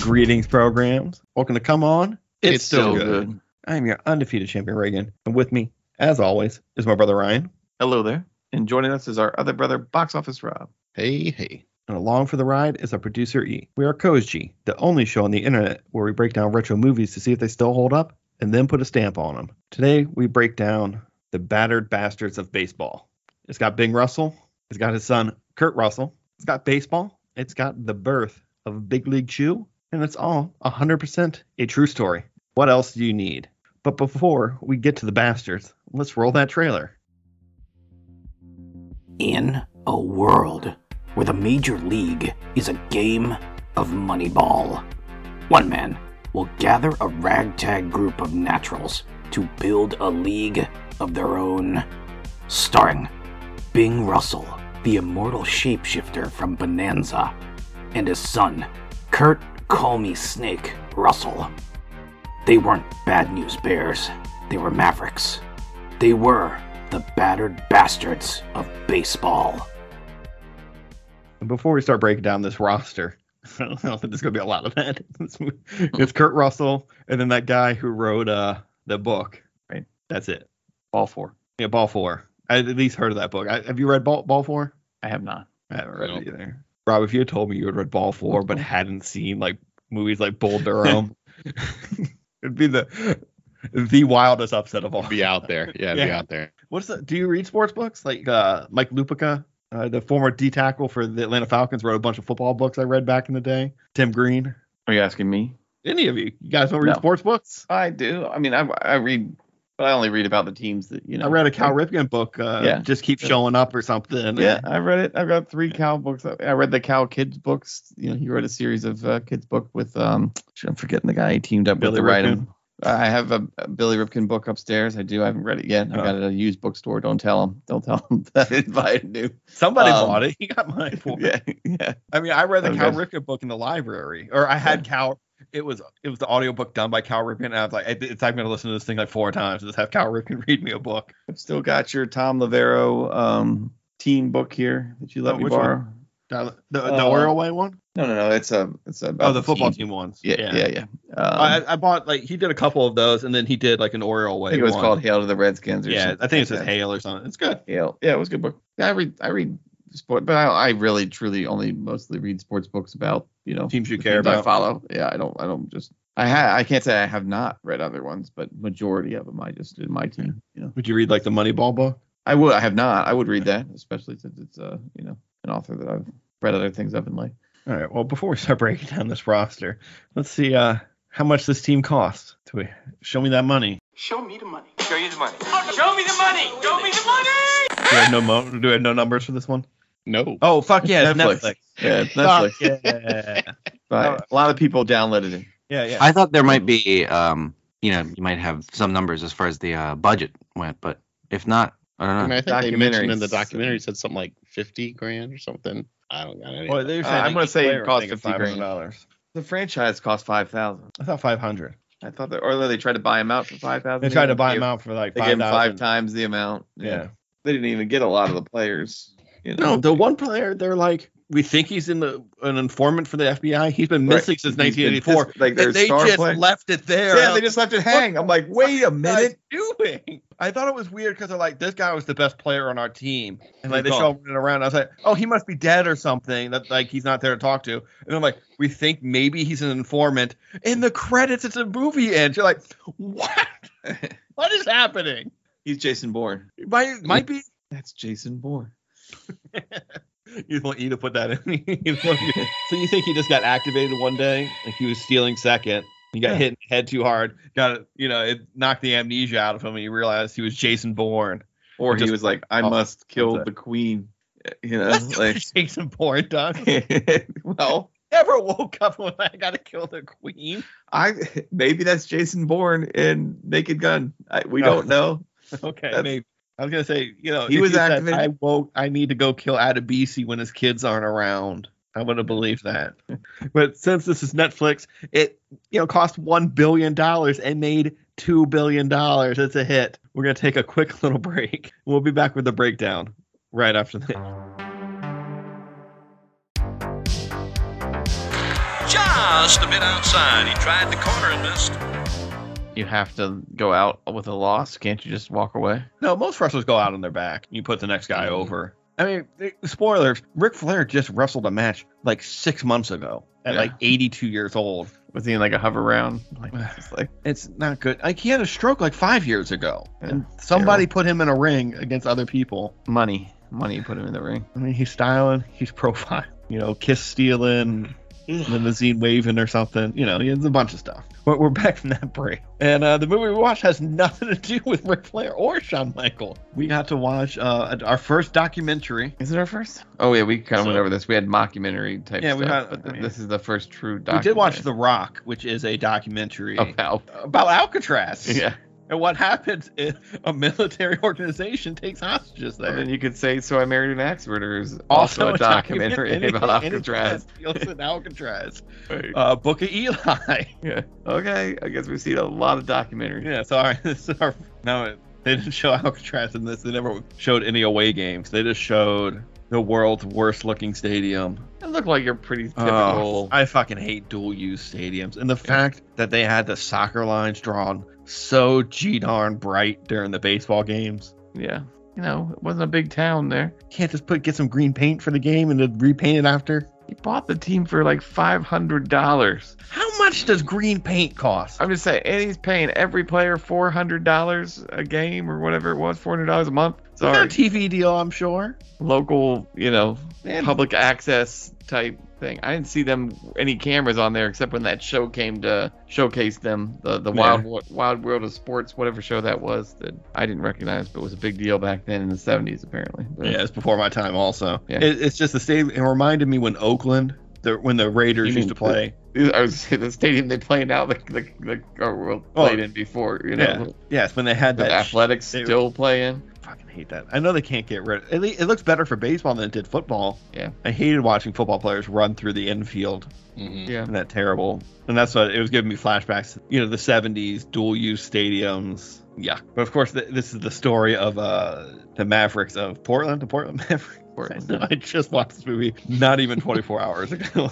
Greetings, programs. Welcome to Come On. It's, still, good. I am your undefeated champion, Reagan. And with me, as always, is my brother Ryan. Hello there. And joining us is our other brother, Box Office Rob. Hey, hey. And along for the ride is our producer E. We are Koji, the only show on the internet where we break down retro movies to see if they still hold up and then put a stamp on them. Today, we break down The Battered Bastards of Baseball. It's got Bing Russell, it's got his son, Kurt Russell, it's got baseball, it's got the birth of Big League Chew, and it's all 100% a true story. What else do you need? But before we get to the bastards, let's roll that trailer. in a world where the major league is a game of moneyball. One man will gather a ragtag group of naturals to build a league of their own. Starring Bing Russell, the immortal shapeshifter from Bonanza, and his son, Kurt Call Me Snake Russell. They weren't bad news bears, they were mavericks. They were the battered bastards of baseball. And before we start breaking down this roster, I don't know if there's going to be a lot of that. it's Kurt Russell and then that guy who wrote uh, the book. Right. That's it. All four. Yeah, Ball Four. I at least heard of that book. I, have you read Ball, Ball Four? I have not. I haven't read it No. either. Rob, if you had told me you had read Ball Four but hadn't seen like movies like Bull Durham, it'd be the the wildest upset of all. Be out there. Yeah, be Yeah. out there. What's the, do you read sports books like uh, Mike Lupica, uh, the former D tackle for the Atlanta Falcons, wrote a bunch of football books I read back in the day. Tim Green. Are you asking me? Any of you? You guys don't read No. sports books? I do. I mean, I, I read, but I only read about the teams that, you know. I read a Cal Ripken book. Uh, Yeah. Just keep showing up or something. Yeah, I read it. I got three cow books. I I read the cow kids books. You know, he wrote a series of uh, kids book with um. shit, I'm forgetting the guy he teamed up Billy with to write Ripkin? him. I have a, a Billy Ripkin book upstairs. I do. I haven't read it yet. I Oh. got it at a used bookstore. Don't tell him. Don't tell him that I invited you. Somebody Um, bought it. He got mine for. it. Yeah, yeah. I mean, I read the Okay. Cal Ripken book in the library, or I had Cal. It was it was the audiobook done by Cal Ripken, and I was like, it- it's I'm gonna listen to this thing like four times. Just have Cal Ripken read me a book. I've still got your Tom Lavero um team book here that you let Oh, me which one? borrow. The the, Uh, Oriole Way one. No, no, no. It's a it's a Oh, the football team, ones. Yeah, yeah, yeah. Um, I, I, I bought like he did a couple of those, and then he did like an Oriole Way. think it was one. called Hail to the Redskins. Or Yeah, something I think it like says that. Hale or something. It's good. Yeah, yeah, it was a good book. Yeah, I read, I read sport, but I, I really, truly, only mostly read sports books about you know Teams you the care teams I about. follow. Yeah, I don't, I don't just. I ha- I can't say I have not read other ones, but majority of them I just did my team. You know, Would you read like the Moneyball book? I would, I have not. I would read that, especially since it's uh, you know, an author that I've read other things of in life. All right. Well, before we start breaking down this roster, let's see uh how much this team costs. Do we show me that money? Show me the money. Show you the money. Show me the money. Show me the money. Do we have no mo- do we have no numbers for this one? No. Oh fuck yeah, it's Netflix. Netflix. Yeah, it's Fuck Netflix. yeah. But a lot of people downloaded it. yeah, yeah. I thought there might Mm-hmm. be, um, you know, you might have some numbers as far as the uh, budget went, but if not, I I don't mean, know. I think they mentioned in the documentaries. documentary it said something like 50 grand or something. I don't got any. Well, they're Uh, saying I'm gonna each say it player, I costs think, is 50 grand. $500. The franchise cost five thousand. I thought 500. I thought that, or they tried to buy him out for five thousand. They tried to buy him out for like They gave him five 5,000. times the amount. Yeah. they didn't even get a lot of the players. You know? No, the one player they're like, we think he's in the an informant for the FBI. He's been Right. missing since He's been 1984. pissed, like And their they star just player. left it there. yeah, they just left it hang. I'm like, wait a minute. doing? I thought it was weird because they're like, this guy was the best player on our team, and like they He's show him running around. I was like, oh, he must be dead or something. That like he's not there to talk to. And I'm like, we think maybe he's an informant. In the credits, it's a movie end. You're like, what? what is happening? He's Jason Bourne. It Might might be. That's Jason Bourne. You want you to put that in. You want you- so you think he just got activated one day, like he was stealing second. He got Yeah. hit in the head too hard. Got you know, it knocked the amnesia out of him, and he realized he was Jason Bourne. Or It he just- was like, I Oh, must kill that's the queen. Eh, You know, like Jason Bourne done. well, Never woke up when I gotta kill the queen. I maybe that's Jason Bourne in Naked Gun. I, we No. don't know. Okay, That's- Oh. maybe. I was gonna say, you know, He if was said, activated- I woke. I need to go kill Adebisi when his kids aren't around. I would have believed that. But since this is Netflix, it you know cost one billion dollars and made two billion dollars. It's a hit. We're gonna take a quick little break. We'll be back with the breakdown right after this. John Just a bit outside. He tried the corner and missed. You have to go out with a loss. Can't you just walk away? Mm-hmm. No, most wrestlers go out on their back. You put the next guy over. I mean, eh, spoilers. Ric Flair just wrestled a match like six months ago at Yeah. like 82 years old. Was he in like a hover round? Like, it's just like It's not good. Like he had a stroke like five years ago, Yeah, and somebody put him in a ring against other people. money. Money you put him in the ring. I mean, he's styling, he's profile, you know, kiss stealing, limousine waving or something. You know, he has a bunch of stuff. But we're back from that break, and uh, the movie we watched has nothing to do with Ric Flair or Shawn Michael. We got to watch uh, our first documentary. Is it our first? Oh yeah, we kind of went So- over this. We had mockumentary type Yeah, stuff, we had- but th- I mean- this is the first true We documentary. did watch The Rock, which is a documentary about. about Alcatraz Yeah, and what happens if a military organization takes hostages there. and then you could say "So I Married an Axe Murderer" is also, also, a documentary document- about anything- anything Alcatraz. that deals with Alcatraz. Right. Uh, Book of Eli. yeah. Okay, I guess we've seen a lot of documentaries. yeah, sorry. This is our, no, they didn't show Alcatraz in this. They never showed any away games. They just showed the world's worst looking stadium. It looked like you're pretty Oh, typical. I fucking hate dual use stadiums. And the fact that they had the soccer lines drawn so g darn bright during the baseball games. yeah, you know, it wasn't a big town there. Can't just put get some green paint for the game and then repaint it after. He bought the team for like five hundred dollars. How much does green paint cost? I'm just saying, and he's paying every player four hundred dollars a game or whatever it was, four hundred dollars a month. It's not a Sorry, TV deal, I'm sure. local, you know, Man, public access type thing. I didn't see them any cameras on there except when that show came to showcase them, the the Yeah. wild Wo- wild world of sports, whatever show that was that I didn't recognize, but was a big deal back then in the '70s apparently. But- Yeah, it's before my time. Also, Yeah. it, it's just the stadium. It reminded me when Oakland, the, when the Raiders You used mean- to play. I was the stadium they play now, the the, the or well, Oh. played in before, you know, Yeah, yes, when they had with that. athletics they- still playing. I fucking hate that. I know they can't get rid. It, it looks better for baseball than it did football. Yeah. I hated watching football players run through the infield Mhm. Yeah, and that terrible. And that's what it was giving me flashbacks. to, You know, the '70s dual use stadiums. Yeah, but of course, th- this is the story of uh the Mavericks of Portland, the Portland Mavericks. Portland. I just watched this movie not even 24 hours ago.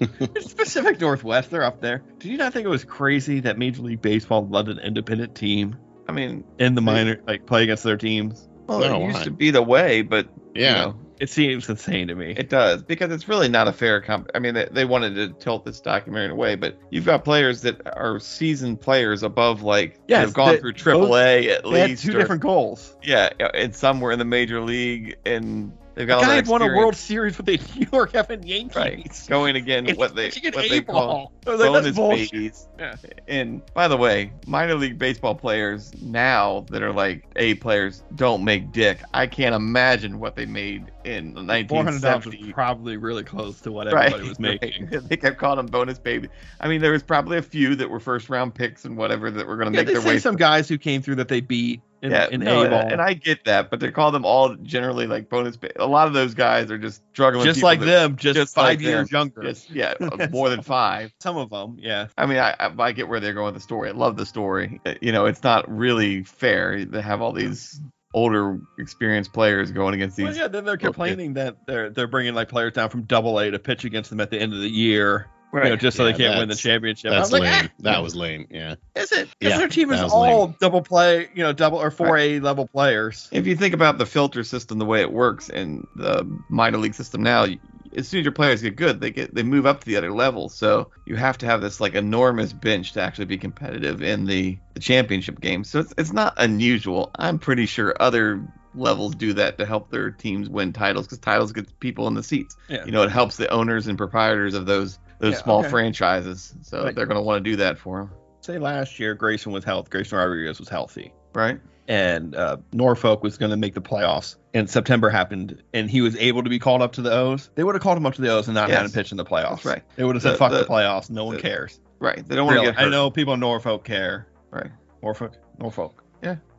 it's Pacific Northwest. They're up there. Did you not think it was crazy that Major League Baseball let an independent team I mean, in the minor like play against their teams? well, No, it used why? to be the way, but Yeah. you know, It seems insane to me. It does because it's really not a fair comp. I mean, they, they wanted to tilt this documentary away, but you've got players that are seasoned players above like Yes, they've gone they- through Triple A at They had least. two or- different goals. Yeah, and some were in the major league, and they've The got all guy that had won a experience. World Series with the New York Evan Yankees. right going again It's what they pitching an what A they call ball. I was like, that's bonus bullshit. babies. Yeah. And by the way, minor league baseball players now that are like A players don't make dick. I can't imagine what they made in the Four hundred dollars was 1970. probably really close to what everybody was making. right. They kept calling them bonus baby. I mean, there was probably a few that were first round picks and whatever that were going to Yeah, make they their way. say some guys who came through that they beat in, yeah, in no, A ball. and I get that, but they call them all generally like bonus. Ba- a lot of those guys are just struggling. just people like that- them, just, just five like years younger. Just, yeah, uh, more than five. Some of them, yeah. I mean, I, I I get where they're going with the story. I love the story. Uh, You know, it's not really fair to have all these older, experienced players going against these. Well, yeah, then they're complaining that they're they're bringing like players down from Double A to pitch against them at the end of the year, you know, just so Yeah, they can't win the that's- championship. I That's was like, lame. ah, That was lame. Yeah. is it? Because Yeah, their team is that was all double play, you know, double or four A level players. If you think about the filter system, the way it works, and the minor league system now, you- as soon as your players get good, they get they move up to the other level. So you have to have this like enormous bench to actually be competitive in the, the championship game. So it's it's not unusual. I'm pretty sure other levels do that to help their teams win titles because titles get people in the seats. Yeah. You know, it helps the owners and proprietors of those those Yeah, small okay. franchises. So Right. they're going to want to do that for them, Say last year Grayson was healthy, Grayson Rodriguez was healthy. right? And uh, Norfolk was going to make the playoffs, and September happened, and he was able to be called up to the O's. They would have called him up to the O's and not had Yes. him pitch in the playoffs. That's right. They would have said, The- "Fuck the, the- playoffs. No one the- cares." Right. They don't want to Really, get hurt. I know people in Norfolk care. Right. Norfolk. Norfolk.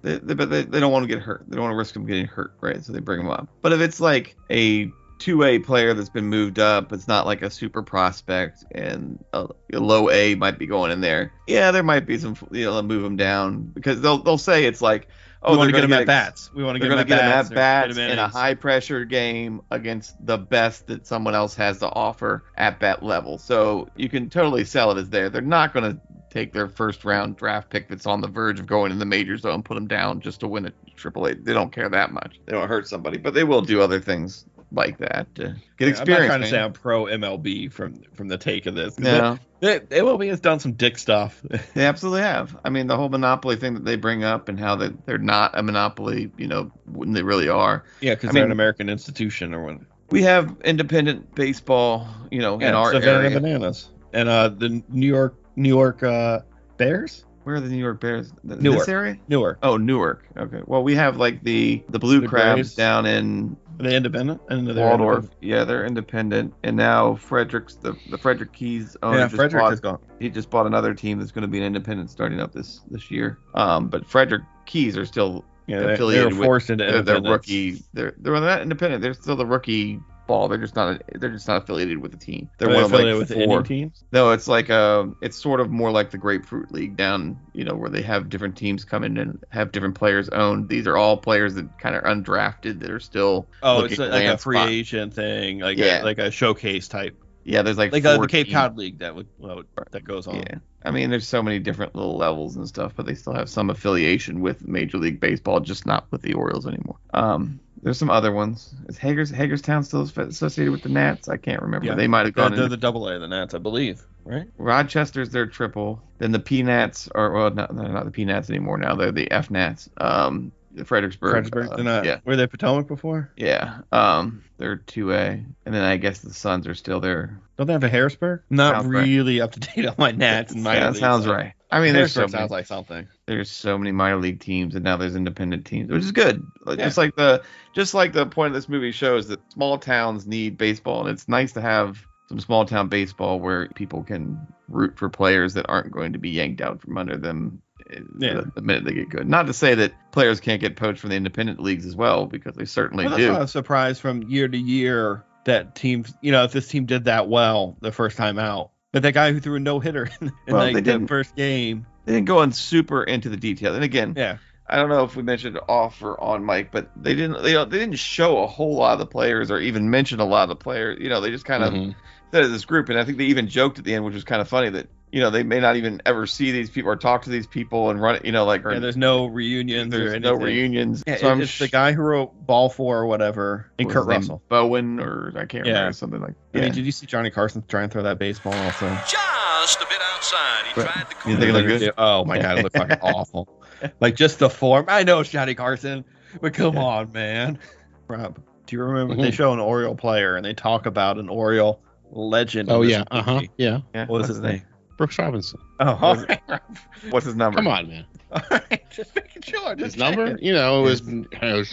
They, they, but they, they don't want to get hurt. They don't want to risk them getting hurt, right? So they bring them up. But if it's like a 2A player that's been moved up, it's not like a super prospect, and a, a low A might be going in there. Yeah, there might be some, you know, they'll move them down because they'll they'll say it's like, oh, we want to they're get them gonna at bats. We want to They're get them going to at get him bats. at bats They're gonna get in 'em a innings. high pressure game against the best that someone else has to offer at that level. So you can totally sell it as there. They're not going to take their first round draft pick that's on the verge of going in the majors though and put them down just to win a triple A. They don't care that much. They don't hurt somebody, but they will do other things like that to get Yeah, experience. I'm not trying to man. sound pro MLB from from the take of this. 'cause No. that- that- MLB has done some dick stuff. They absolutely have. I mean, the whole monopoly thing that they bring up and how they, they're not a monopoly, you know, when they really are. yeah, because I they're mean- an American institution or one. We have independent baseball, you know, in Yeah, our Savannah area. Bananas and uh the New York New York uh Bears Where are the New York Bears? Th- Newark. This area? Newark Oh, Newark. Okay. Well, we have like the the Blue The Crabs Braves. down in Are they independent and they're Waldorf. independent? Yeah, they're independent. And now Frederick's the the Frederick Keys owner yeah, Oh, just Frederick bought has gone. he just bought another team that's going to be an independent starting up this this year. Um, but Frederick Keys are still Yeah, they- they're, affiliated they with- forced into they're, they're independence. rookie. They're they're not independent. They're still the rookie ball. They're just not they're just not affiliated with a team. They're They're one of affiliated like with four. any teams. No, it's like um, it's sort of more like the Grapefruit League down, you know, where they have different teams come in and have different players owned. These are all players that kind of undrafted that are still. Oh, looking it's at like a land free spot. agent thing, like Yeah. a, like a showcase type, Yeah, there's like like uh, four the Cape teams. Cod League that would well, that goes on. Yeah, I mean, there's so many different little levels and stuff, but they still have some affiliation with Major League Baseball, just not with the Orioles anymore. Um, there's some other ones. Is Hagers Hagerstown still associated with the Nats? I can't remember. Yeah. They might have They're, gone. they're into the double A, the Nats, I believe, right? Rochester's their triple. Then the Peanuts are well, not, they're not the Peanuts anymore. Now they're the F Nats. Um, Fredericksburg. Fredericksburg, uh, they're not. Yeah, Were they Potomac before? yeah. Um, they're two A, and then I guess the Suns are still there. Don't they have a Harrisburg? Not Sounds right. really up to date on my Nats and minor yeah, that leagues, sounds so- right. I mean, there's so Harrisburg many, sounds like something. there's so many minor league teams, and now there's independent teams, which is good. Like, Yeah. Just like the just like the point of this movie shows that small towns need baseball, and it's nice to have some small town baseball where people can root for players that aren't going to be yanked out from under them Yeah. yeah. the, the minute they get good. Not to say that players can't get poached from the independent leagues as well, because they certainly Well, that's why do. I'm surprised from year to year that teams, you know, if this team did that well the first time out, but that guy who threw a no hitter in, in Well, like they the didn't. first game, They didn't go on super into the detail. And again, yeah, I don't know if we mentioned off or on mic, but they didn't they, don't- they didn't show a whole lot of the players or even mention a lot of the players. You know, they just kind of Mhm. said it this group, and I think they even joked at the end, which was kind of funny that you know they may not even ever see these people or talk to these people and run. You know, like or yeah. There's no reunions there's or anything. no reunions. Yeah, so it- I'm it's sh- the guy who wrote Ball Four or whatever, and what Kurt was his name? Russell. Bowen, or I can't Yeah. remember something like. I that. mean, did you see Johnny Carson try and throw that baseball also? Just a bit outside. He Right. tried the You corner. think it looked good? Oh my god, it looked fucking awful. Like just the form. I know it's Johnny Carson, but come Yeah. Mm-hmm. on, man. Rob, do you remember Mhm. they show an Oriole player and they talk about an Oriole legend? in Oh this yeah. Uh huh. movie? Yeah. Yeah, What was his name? Brooks Robinson. Oh, all Was right, What's his number? Come on, man. all right. Just making sure. His just number, checking. you know, was.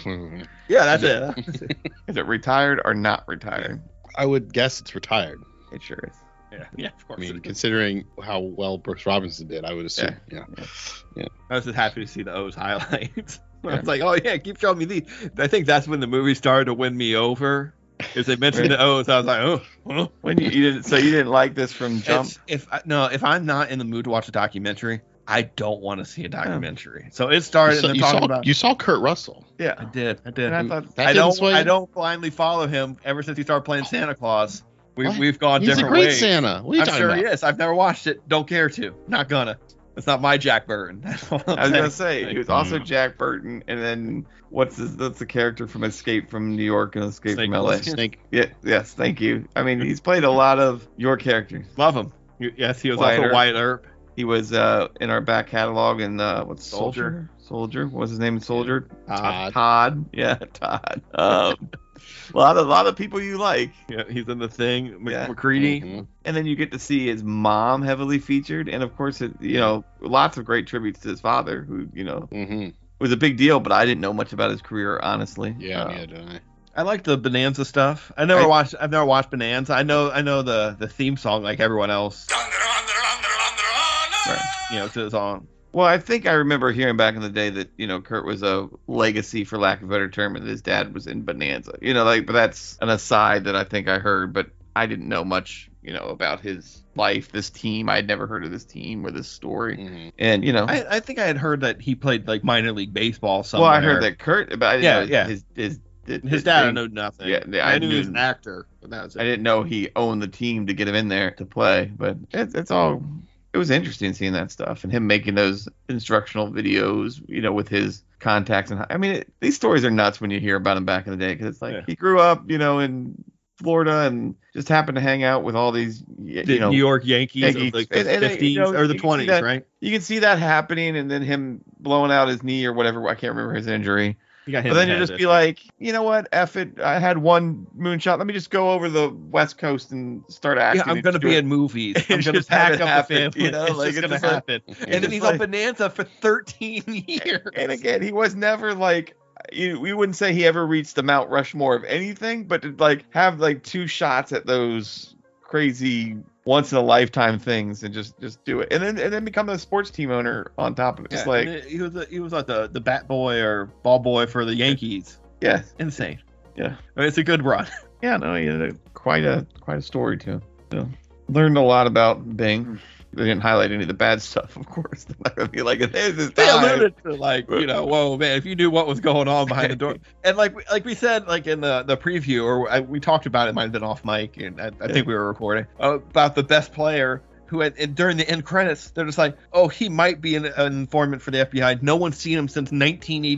Yeah, that's it. That's it. Is it retired or not retired? I would guess it's retired. It sure is. Yeah, yeah, of I course. mean, it is. considering how well Brooks Robinson did, I would assume. Yeah. I was just happy to see the O's highlights. I Yeah. was like, oh yeah, keep showing me these. I think that's when the movie started to win me over. Because they mentioned the O's, I was like, oh, huh? When you, you didn't, so you didn't like this from um, jump. It's- if I, no, if I'm not in the mood to watch a documentary, I don't want to see a documentary. So it You started saw, and you, talking saw, about. you saw Kurt Russell. I yeah, did, I did. and I, I thought That didn't don't, sway I you? don't blindly follow him ever since he started playing Santa Claus. We, What? we've gone He's a different great ways. Santa. What are you I'm talking sure about? he is. I've never watched it. Don't care to. Not gonna. It's not my Jack Burton. That's all I'm I was saying. gonna say he was also Jack Burton, and then what's his, that's the character from Escape from New York and Escape Snake from LA. Plissken. Snake. Yeah, yes, thank you. I mean, he's played a lot of your characters. Love him. You- Yes, he was Wyatt also Earp. Wyatt Earp. He was uh, in our back catalog in uh, what's Soldier? Soldier. What was his name? in Soldier. Uh, Todd. Todd. Yeah, Todd. Um, a lot of lot of people you like. yeah, he's in the thing. Mc- Yeah. McCready. Mhm. and then you get to see his mom heavily featured and of course it, you know lots of great tributes to his father who you know Mhm. was a big deal but i didn't know much about his career honestly Yeah. Uh, yeah, don't I? I like the Bonanza stuff. I never I- watched. I've never watched Bonanza. I know. I know the the theme song like everyone else. You know, to the song. well i think i remember hearing back in the day that you know kurt was a legacy for lack of a better term and that his dad was in bonanza you know like but that's an aside that i think i heard but i didn't know much you know, about his life, this team. I had never heard of this team or this story. hmm And, you know, Mm. I, I think I had heard that he played like minor league baseball somewhere. well, I heard that Kurt, but I didn't Yeah, know yeah. his, his, his, his dad thing. knew nothing. Yeah, yeah, I, I knew he was knew- an actor, but that was it. I didn't know he owned the team to get him in there to play, but it, it's all. It was interesting seeing that stuff and him making those instructional videos, you know, with his contacts and how- I mean, it, these stories are nuts when you hear about him back in the day because it's like Yeah. he grew up, you know, in Florida and just happened to hang out with all these, y- The you know, New York Yankees Yankees. of like And- the and, you fifties know, or the you can see twenties, that- right? you can see that happening and then him blowing out his knee or whatever. I can't remember his injury. You got hit But in then the you'll head, just be I like, you know what? F it. I had one moonshot. Let me just go over the West Coast and start think. acting. yeah, I'm and gonna do be it." in movies. and I'm gonna just have pack it up happen, the family. you know, it's like, just it's gonna just like- happen. it's and then he's like- on Bonanza for 13 years. And again, he was never like you, we wouldn't say he ever reached the Mount Rushmore of anything, but to like have like two shots at those crazy once in a lifetime things and just just do it, and then and then become a sports team owner on top of it. Just Yeah, like and it- he was a, he was like the, the bat boy or ball boy for the Yankees. yeah, Insane. Yeah. I mean, it's a good run. yeah, no, he had a, quite a quite a story to him. So learned a lot about Mm. Bing. They didn't highlight any of the bad stuff, of course. They're not gonna be like, "This is They time." alluded to like you know, whoa man, if you knew what was going on behind the door, and like we- like we said like in the the preview or I, we talked about it might have been off mic and I, I think we were recording uh, about the best player who had and during the end credits they're just like oh he might be an, an informant for the FBI no one's seen him since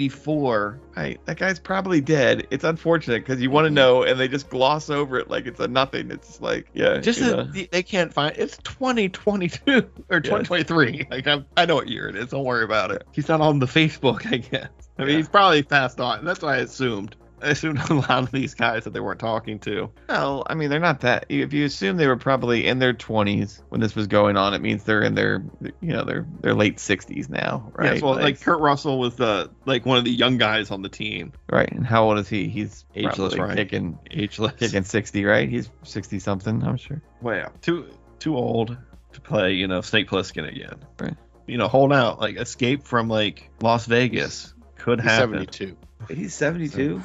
1984 Right. That guy's probably dead. It's unfortunate because you Mm-hmm. want to know, and they just gloss over it like it's a nothing. It's just like, yeah. just you as know. the- they can't find it's 2022 or 2023 like I, I know what year it is don't worry about it he's not on the facebook i guess i mean Yeah. he's probably passed on that's what i assumed i assumed a lot of these guys that they weren't talking to well, I mean, they're not that. If you assume they were probably in their 20s when this was going on, it means they're in their, you know, their their late 60s now, right? yes well like, kurt russell was the like one of the young guys on the team right. And how old is he? He's Ageless, probably right? kicking ageless kicking 60, right? He's 60 something, I'm sure. well too too old to play you know snake plissken again Right. you know hold out like escape from like las vegas could He's happen 72. He's 72.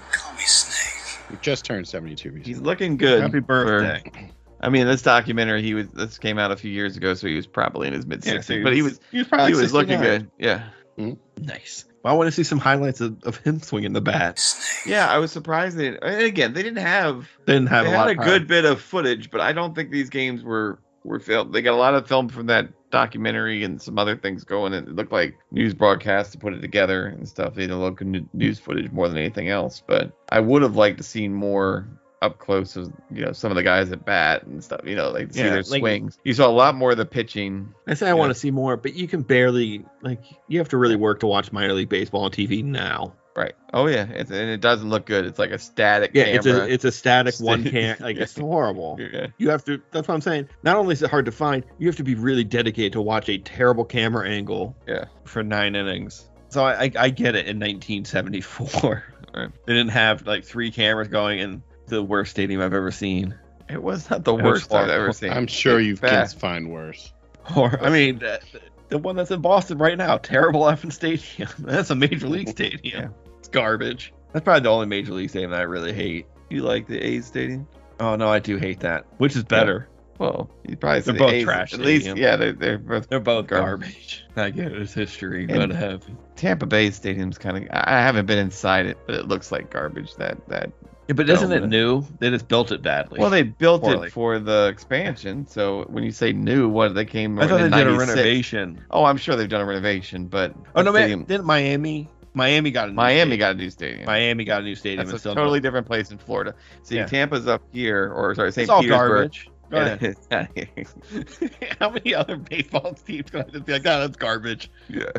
He just turned 72 recently. He's looking good. happy for- birthday I mean, this documentary, he was this came out a few years ago, so he was probably in his mid 60s, but he was he was, probably he was looking 69. good. Yeah. Nice. I want to see some highlights of, of him swinging the bat. Yeah, I was surprised they didn't. And again, they didn't have. They didn't have they a lot had a of good bit of footage, but I don't think these games were were filmed. They got a lot of film from that documentary and some other things going. And it looked like news broadcasts to put it together and stuff. They did a lot of new- news footage more than anything else. But I would have liked to seen more up close of you know some of the guys at bat and stuff. You know, like to see Yeah, their like- swings. You saw a lot more of the pitching. I say I Yeah. want to see more, but you can barely like you have to really work to watch minor league baseball on TV now. Right. Oh yeah, it's, and it doesn't look good. It's like a static Yeah, it's camera. a it's a static Stay- one can like it's horrible. yeah. You have to that's what I'm saying. Not only is it hard to find, you have to be really dedicated to watch a terrible camera angle Yeah. for nine innings. So I, I I get it in nineteen seventy four. Right. They didn't have like three cameras going in the worst stadium I've ever seen. It was not the was worst I've horrible. ever seen. I'm sure you can Bad. find worse. Or I mean, the, the one that's in Boston right now, terrible effing stadium. That's a major league stadium. Yeah. It's garbage. That's probably the only major league stadium that I really hate. You like the A's stadium? Oh no, I do hate that. Which is better? Well, you probably They're say both A's, trash At least, stadium. yeah, they're, they're both. They're both garbage. Garbage. I get it, it's history, And- but uh, Tampa Bay Stadium's kind of. I I haven't been inside it, but it looks like garbage. That that. yeah, but isn't it Dumb. new? They just built it badly. Well, they built Poorly. it for the expansion, so when you say new, what they came. I thought they in did a 96. renovation. Oh, I'm sure they've done a renovation, but Oh no, that man, stadium- didn't Miami? Miami got a new Miami stadium. got a new stadium. Miami got a new stadium. That's and a still totally different place in Florida. See, Yeah. Tampa's up here, or sorry, St. it's all Petersburg. garbage. Go ahead. ahead. How many other baseball teams can I just be like, no, that's garbage? yeah.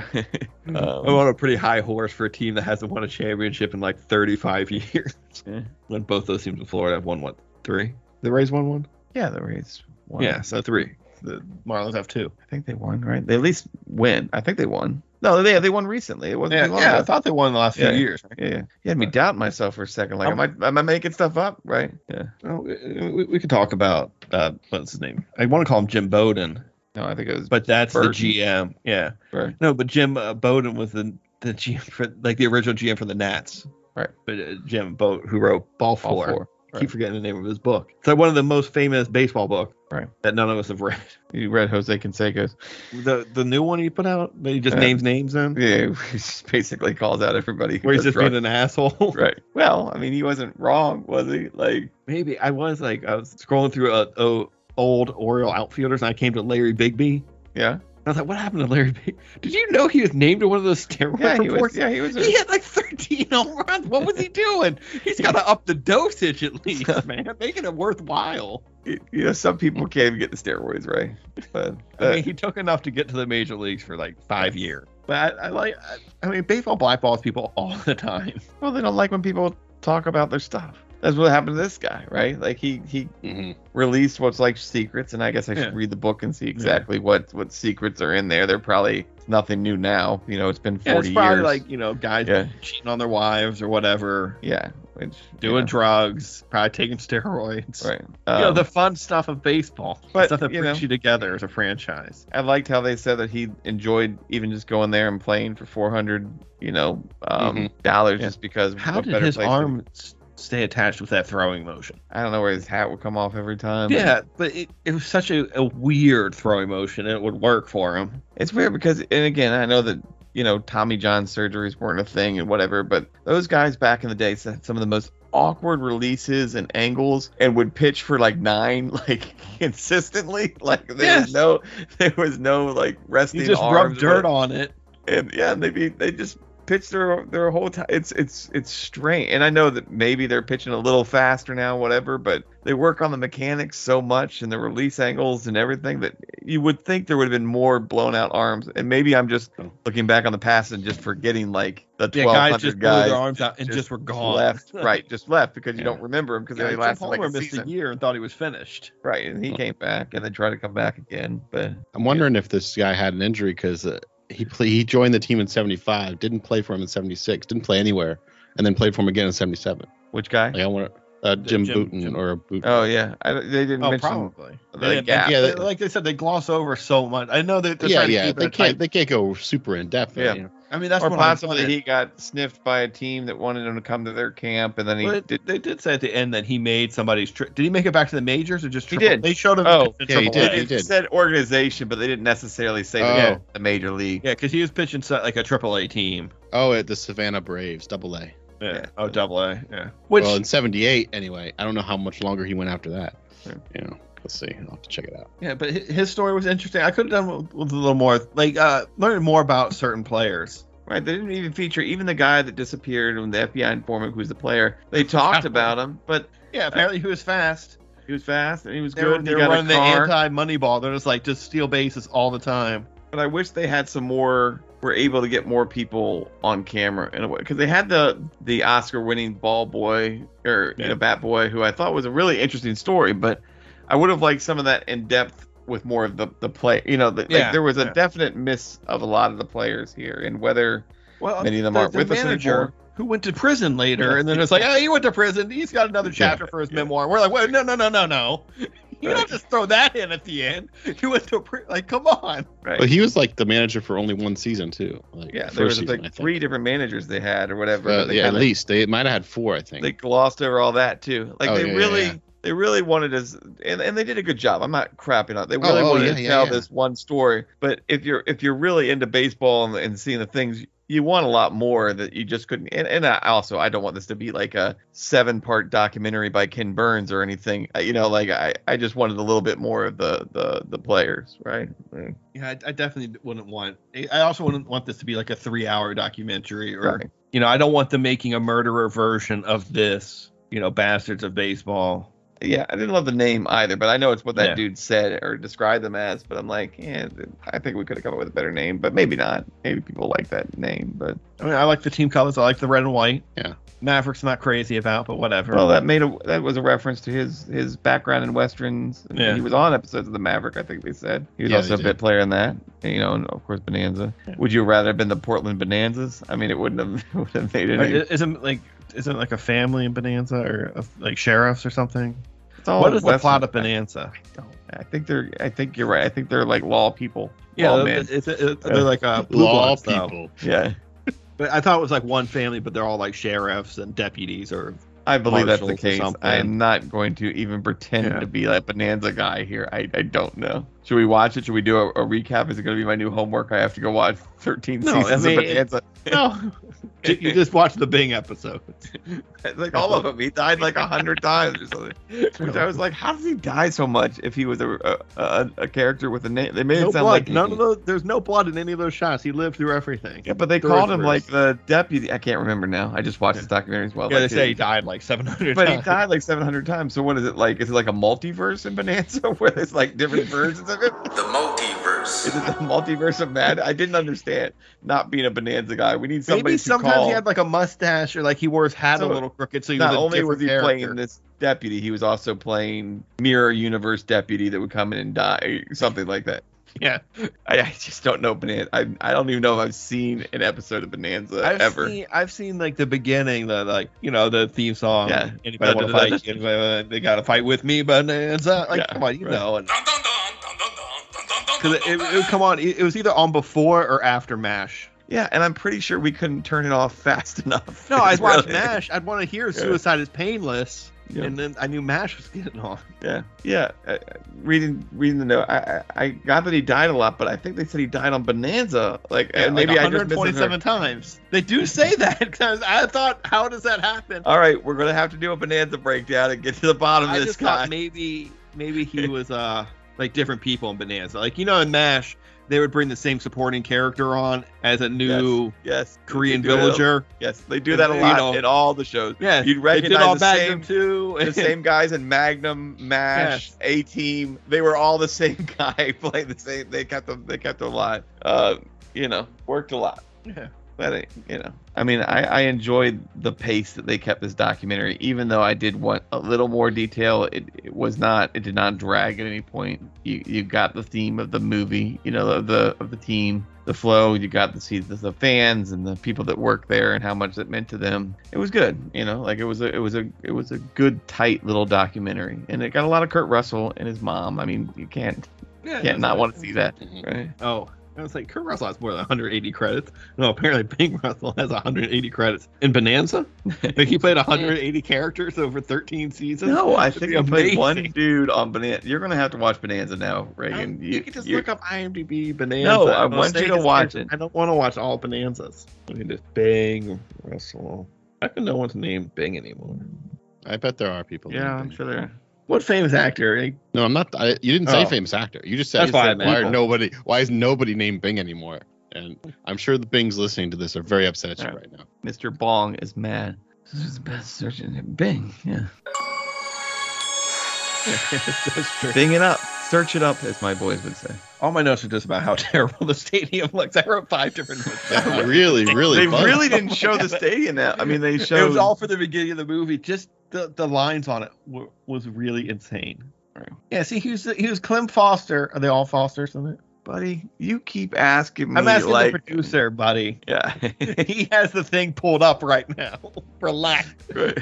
I'm on a pretty high horse for a team that hasn't won a championship in like 35 years. Yeah. When both those teams in Florida have won, what, three? The Rays won one? yeah, the Rays. won. Yeah, so three. The Marlins have two. I think they won, right? They at least win. I think they won. No, they they won recently. It wasn't Yeah, too long yeah, I ago. thought they won in the last Yeah. few years. Yeah, yeah. You had me doubt myself for a second. Oh. Like, am I am I making stuff up? Right? Yeah. Well, we, we, we could talk about, uh, what's his name? I want to call him Jim Bowden, No, I think it was. but that's Burton. the GM. Yeah. Burton. No, but Jim uh, Bowden was the, the GM for, like the original GM for the Nats. Right. But uh, Jim Bowden, who wrote Ball all Four. four. Right. keep forgetting the name of his book. It's like one of the most famous baseball book Right. That none of us have read. You read Jose Canseco's. The the new one he put out that he just Yeah. names names in, Yeah, he just basically calls out everybody. who where he's just does drugs. being an asshole. Right. Well, I mean, he wasn't wrong, was he? Like, Maybe I was like I was scrolling through a, a old Oriole outfielders and I came to Larry Bigby. yeah. I was like, what happened to Larry Bigby? Did you know he was named in one of those steroid Yeah, he was. reports? Yeah, he was. He had like 13 home runs. What was he doing? He's got to up the dosage at least, man. Making it worthwhile. you know, some people can't even get the steroids right. But I mean, he took enough to get to the major leagues for like five years. but I, I like. I, I mean, baseball blackballs people all the time. well, they don't like when people talk about their stuff. That's what happened to this guy, right? Like he he Mm-hmm. Mhm. released what's like secrets, and I guess I should Yeah. read the book and see exactly what what secrets are in there. They're probably nothing new now. You know, it's been Yeah, forty it's probably years. like, you know, guys yeah, cheating on their wives or whatever, yeah. Which, doing yeah, drugs, probably taking steroids. right. you know, Um, the fun stuff of baseball. but, But, stuff that you brings know. you together as a franchise. I liked how they said that he enjoyed even just going there and playing for four hundred, you know, um, dollars Mm-hmm. Yeah. just because. How what did better his place to- arm s stay attached with that throwing motion? I don't know where his hat would come off every time. Yeah, but it, it was such a, a weird throwing motion. and It would work for him. it's weird because, and again, I know that you know Tommy John surgeries weren't a thing and whatever, but those guys back in the day had some of the most awkward releases and angles and would pitch for like nine like consistently like there Yes. was no there was no like resting He just arms rubbed or dirt on it. and yeah, they be they just pitch their their whole time. It's it's it's strange, and I know that maybe they're pitching a little faster now, whatever. But they work on the mechanics so much and the release angles and everything that you would think there would have been more blown out arms. And maybe I'm just looking back on the past and just forgetting like the Yeah, 1200 guys just blew guys their arms out and just, just were gone. left, right, just left because you Yeah. don't remember them because Yeah, they Jim lasted Palmer like a missed season, a year and thought he was finished. right? And he came back and then tried to come back again, but I'm wondering if this guy had an injury because uh, he play, he joined the team in '75, didn't play for him in '76, didn't play anywhere, and then played for him again in '77. which guy? Like I want uh, Jim, Jim- Booten Jim- or a Booten. Oh yeah, I, don't- they didn't Oh, mention. probably. the They didn't- gap. yeah, Yeah, they- they- like they said, they gloss over so much. I know that they're yeah, trying to yeah. keep they it can't tight. they can't go super in depth. Yeah. Yeah. You know? I mean, that's or what I'm possibly saying. he got sniffed by a team that wanted him to come to their camp, and then he But did. they did say at the end that he made somebody's trip. Did he make it back to the majors or just He triple? did. They showed him. Oh, in yeah, he AAA. did. It said organization, but they didn't necessarily say that Oh. it was the major league. Yeah, because he was pitching so- like a triple A team. Oh, at the Savannah Braves, Double A. Yeah. Yeah. Oh, double A. Yeah. Which well, in '78 anyway. I don't know how much longer he went after that. You know, let's see. I'll have to check it out. Yeah, but hi- his story was interesting. I could have done with, with a little more, like uh, learning more about certain players. Right? They didn't even feature even the guy that disappeared and the FBI informant, who's the player. They talked about him, but Yeah, apparently he was fast. he was fast and he was They were, good. they They were got running a the car. anti-money ball. They're just like just steal bases all the time. but I wish they had some more. Were able to get more people on camera in a way because they had the the Oscar-winning ball boy or you Yeah. know, bat boy who I thought was a really interesting story, but I would have liked some of that in depth with more of the the play. You know, the, Yeah, like there was a yeah. definite miss of a lot of the players here, and whether Well, Many of them aren't with us anymore. who went to prison later, Yeah. and then it's like, oh, he went to prison. He's got another chapter for his memoir. We're like, wait, no, no, no, no, no. You don't Right. just throw that in at the end. He went to pri- like, come on. right. But he was like the manager for only one season too. Like yeah, the there was first season, I like think. three different managers they had or whatever. Uh, but they yeah, at kinda- least they might have had four. I think. they glossed over all that too. Like Oh, they yeah, yeah, really, yeah. they really wanted us, and, and they did a good job. I'm not crapping on. They Oh, really oh, wanted yeah, to yeah, tell yeah. this one story. But if you're if you're really into baseball and, and seeing the things, you want a lot more that you just couldn't. And, and I also I don't want this to be like a seven part documentary by Ken Burns or anything. Uh, You know, like I I just wanted a little bit more of the the the players, right? Mm, Yeah, I, I definitely wouldn't want. I also wouldn't want this to be like a three-hour documentary or Right. you know, I don't want them making a murderer version of this, you know, bastards of baseball. Yeah, I didn't love the name either, but I know it's what that Yeah. dude said or described them as. But I'm like, yeah, th- I think we could have come up with a better name, but maybe not. Maybe people like that name, but I mean, I like the team colors. I like the red and white. Yeah. Mavericks not crazy about, but whatever. well, that made a that was a reference to his his background in westerns. Yeah. he was on episodes of the Maverick, I think they said. He was Yeah, also a they bit did. player in that, and, you know, and of course Bonanza. Would you rather have been the Portland Bonanzas? I mean, it wouldn't have it would have made Or any. i- isn't like isn't like a family in Bonanza or uh, like sheriffs or something? It's all what is the plot Western. of Bonanza? I think they're. I think you're right. I think they're like law people. Yeah, law it's, it's, it's- they're like uh, Oh, blue Law bloods, though. people. yeah. But I thought it was like one family, but they're all like sheriffs and deputies or I believe that's the Marshall's or case. I something. am not going to even pretend Yeah. to be that Bonanza guy here. I, I don't know. Should we watch it? Should we do a, a recap? Is it going to be my new homework? I have to go watch 13 No, I seasons mean, of Bonanza. No, you just watch the Bing episode. It's like all of them. He died like a hundred times or something. Which I was like, how does he die so much if he was a a, a, a character with a name? They made No it sound blood. like None of those. There's no blood in any of those shots. He lived through everything. Yeah, but they Third called him like verse. the deputy. I can't remember now. I just watched this documentary as well. Yeah, they Like, say he his- died like 700 But he times. died like 700 times. So what is it like? Is it like a multiverse in Bonanza where there's like different versions of it? The multiverse. Is it the multiverse of Mad? I didn't understand not being a Bonanza guy. We need somebody Maybe to sometimes call. he had like a mustache or like he wore his hat a So little crooked, so he not was a only different was he character. playing this deputy, he was also playing mirror universe deputy that would come in and die, something like that. Yeah. I, I just don't know Bonanza. I, I don't even know if I've seen an episode of Bonanza I've ever. seen, I've seen like the beginning, the like you know the theme song. Yeah. Anybody want to fight? Anybody, they got to fight with me, bonanza. Like Yeah, come on, you right. know. And, Dun, dun, dun, dun, dun, dun, dun, dun, dun, Cause it, it, it would come on. It, it was either on before or after Mash. Yeah, and I'm pretty sure we couldn't turn it off fast enough. No, I'd watch Really. Mash. I'd want to hear "Suicide is Painless," Yeah. and then I knew Mash was getting on. Yeah, yeah. Uh, reading, reading the note, I, I, I got that he died a lot, but I think they said he died on Bonanza. Like, and like maybe I just misheard. 127 times. They do say that because I thought, how does that happen? All right, we're gonna have to do a Bonanza breakdown and get to the bottom of I Uh, this just guy. thought maybe maybe he was uh like different people in Bonanza. Like you know in Mash, they would bring the same supporting character on as a new yes, Korean They do that a- villager. Yes, they do And, that a you lot know, in all the shows. Yeah, You'd they did recognize all the Magnum same- too. The same guys in Magnum, Mash, A Team, they were all the same guy playing the same. They kept them. They kept them alive. Uh, you know, worked a lot. Yeah. But it, you know, I mean, I, I enjoyed the pace that they kept this documentary, even though I did want a little more detail. It, it was not, it did not drag at any point. You you got the theme of the movie, you know, of the of the team, the flow. You got to see the, the fans and the people that work there and how much it meant to them. It was good, you know, like it was a it was a it was a good tight little documentary, and it got a lot of Kurt Russell and his mom. I mean, you can't yeah, can't not want to see that, Mhm. right? Oh. I was like, Kurt Russell has more than 180 credits. No, apparently Bing Russell has 180 credits. In Bonanza? Like he played 180 characters over 13 seasons? No, I That'd think be I played one amazing. dude on Bonanza. You're gonna have to watch Bonanza now, Reagan. Um, You, can just look up IMDb Bonanza. No, I It'll want say you to his watch character. it. I don't want to watch all Bonanzas. I mean, just Bing, Russell. I can no one's name Bing anymore. I bet there are people. that Yeah, have I'm been- sure there. What famous actor? eh? Like, No, I'm not. I, you didn't say Oh. famous actor. You just said, That's you said, fine, why people. are nobody? Why is nobody named Bing anymore? And I'm sure the Bings listening to this are very upset at you All right now. Mr. Bong is mad. This is the best search engine. Bing, yeah. that's true. Bing it up. Search it up, as my boys would say. All my notes are just about how terrible the stadium looks. I wrote five different notes. Yeah, really, really. They bugged. really didn't show the stadium now. I mean, they showed. It was all for the beginning of the movie. Just the, the lines on it were, was really insane. Right. Yeah, see, he was he was Clem Foster. Are they all Fosters in it? buddy. You keep asking me. I'm asking like, the producer, buddy. Yeah. he has the thing pulled up right now. Relax. Right.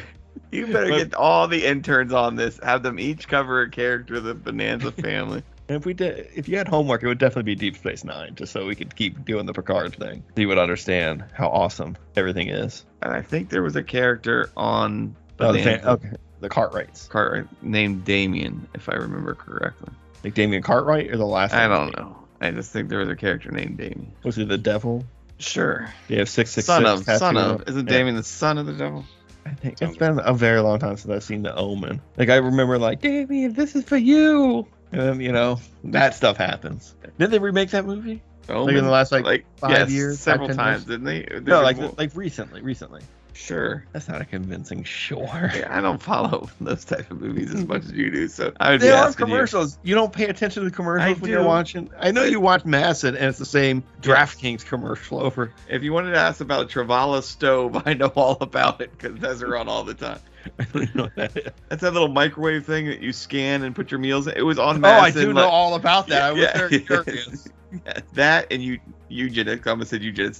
You better But- get all the interns on this. Have them each cover a character of the Bonanza family. If we did, if you had homework, it would definitely be Deep Space Nine, just so we could keep doing the Picard thing. You would understand how awesome everything is. and I think there was a character on Oh, the Bonanza fan, okay, the Cartwrights, Cartwright named Damien, if I remember correctly. like Damien Cartwright, or the last. I one? don't know. I just think there was a character named Damien. Was he the devil? Sure. You have six six son six of, tattooed son on- of. Isn't Yeah. Damien the son of the devil? I think it's been a very long time since I've seen The Omen. Like I remember, like Damien, this is for you, and then, you know that stuff happens. Did they remake that movie? Oh, Like in the last like, five yes, years, several five, ten times, years? didn't they? They no, did like more- like recently, recently. sure. That's not a convincing sure. Yeah, I don't follow those type of movies as much as you do, so I would They be are asking you. commercials. You. don't pay attention to the commercials I when do. you're watching. I know you watch Masson, and it's the same DraftKings commercial over. If you wanted to ask about Travala stove, I know all about it because those are on all the time. I don't even know what that is. That's that little microwave thing that you scan and put your meals. in. It was on. Oh, I Madison, do like- know all about that. I was Yeah, very yeah. curious. Yeah, that and you eugenics. I almost said eugenics.